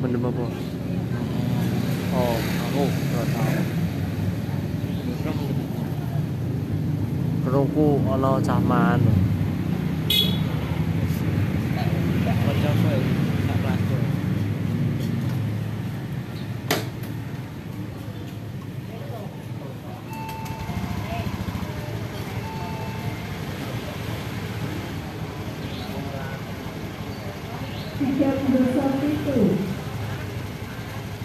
Ano ba po? Oh, ako. Tao. Ruku ono sama anu. Macam apa ya? Tak pelajar. Tiga puluh satu.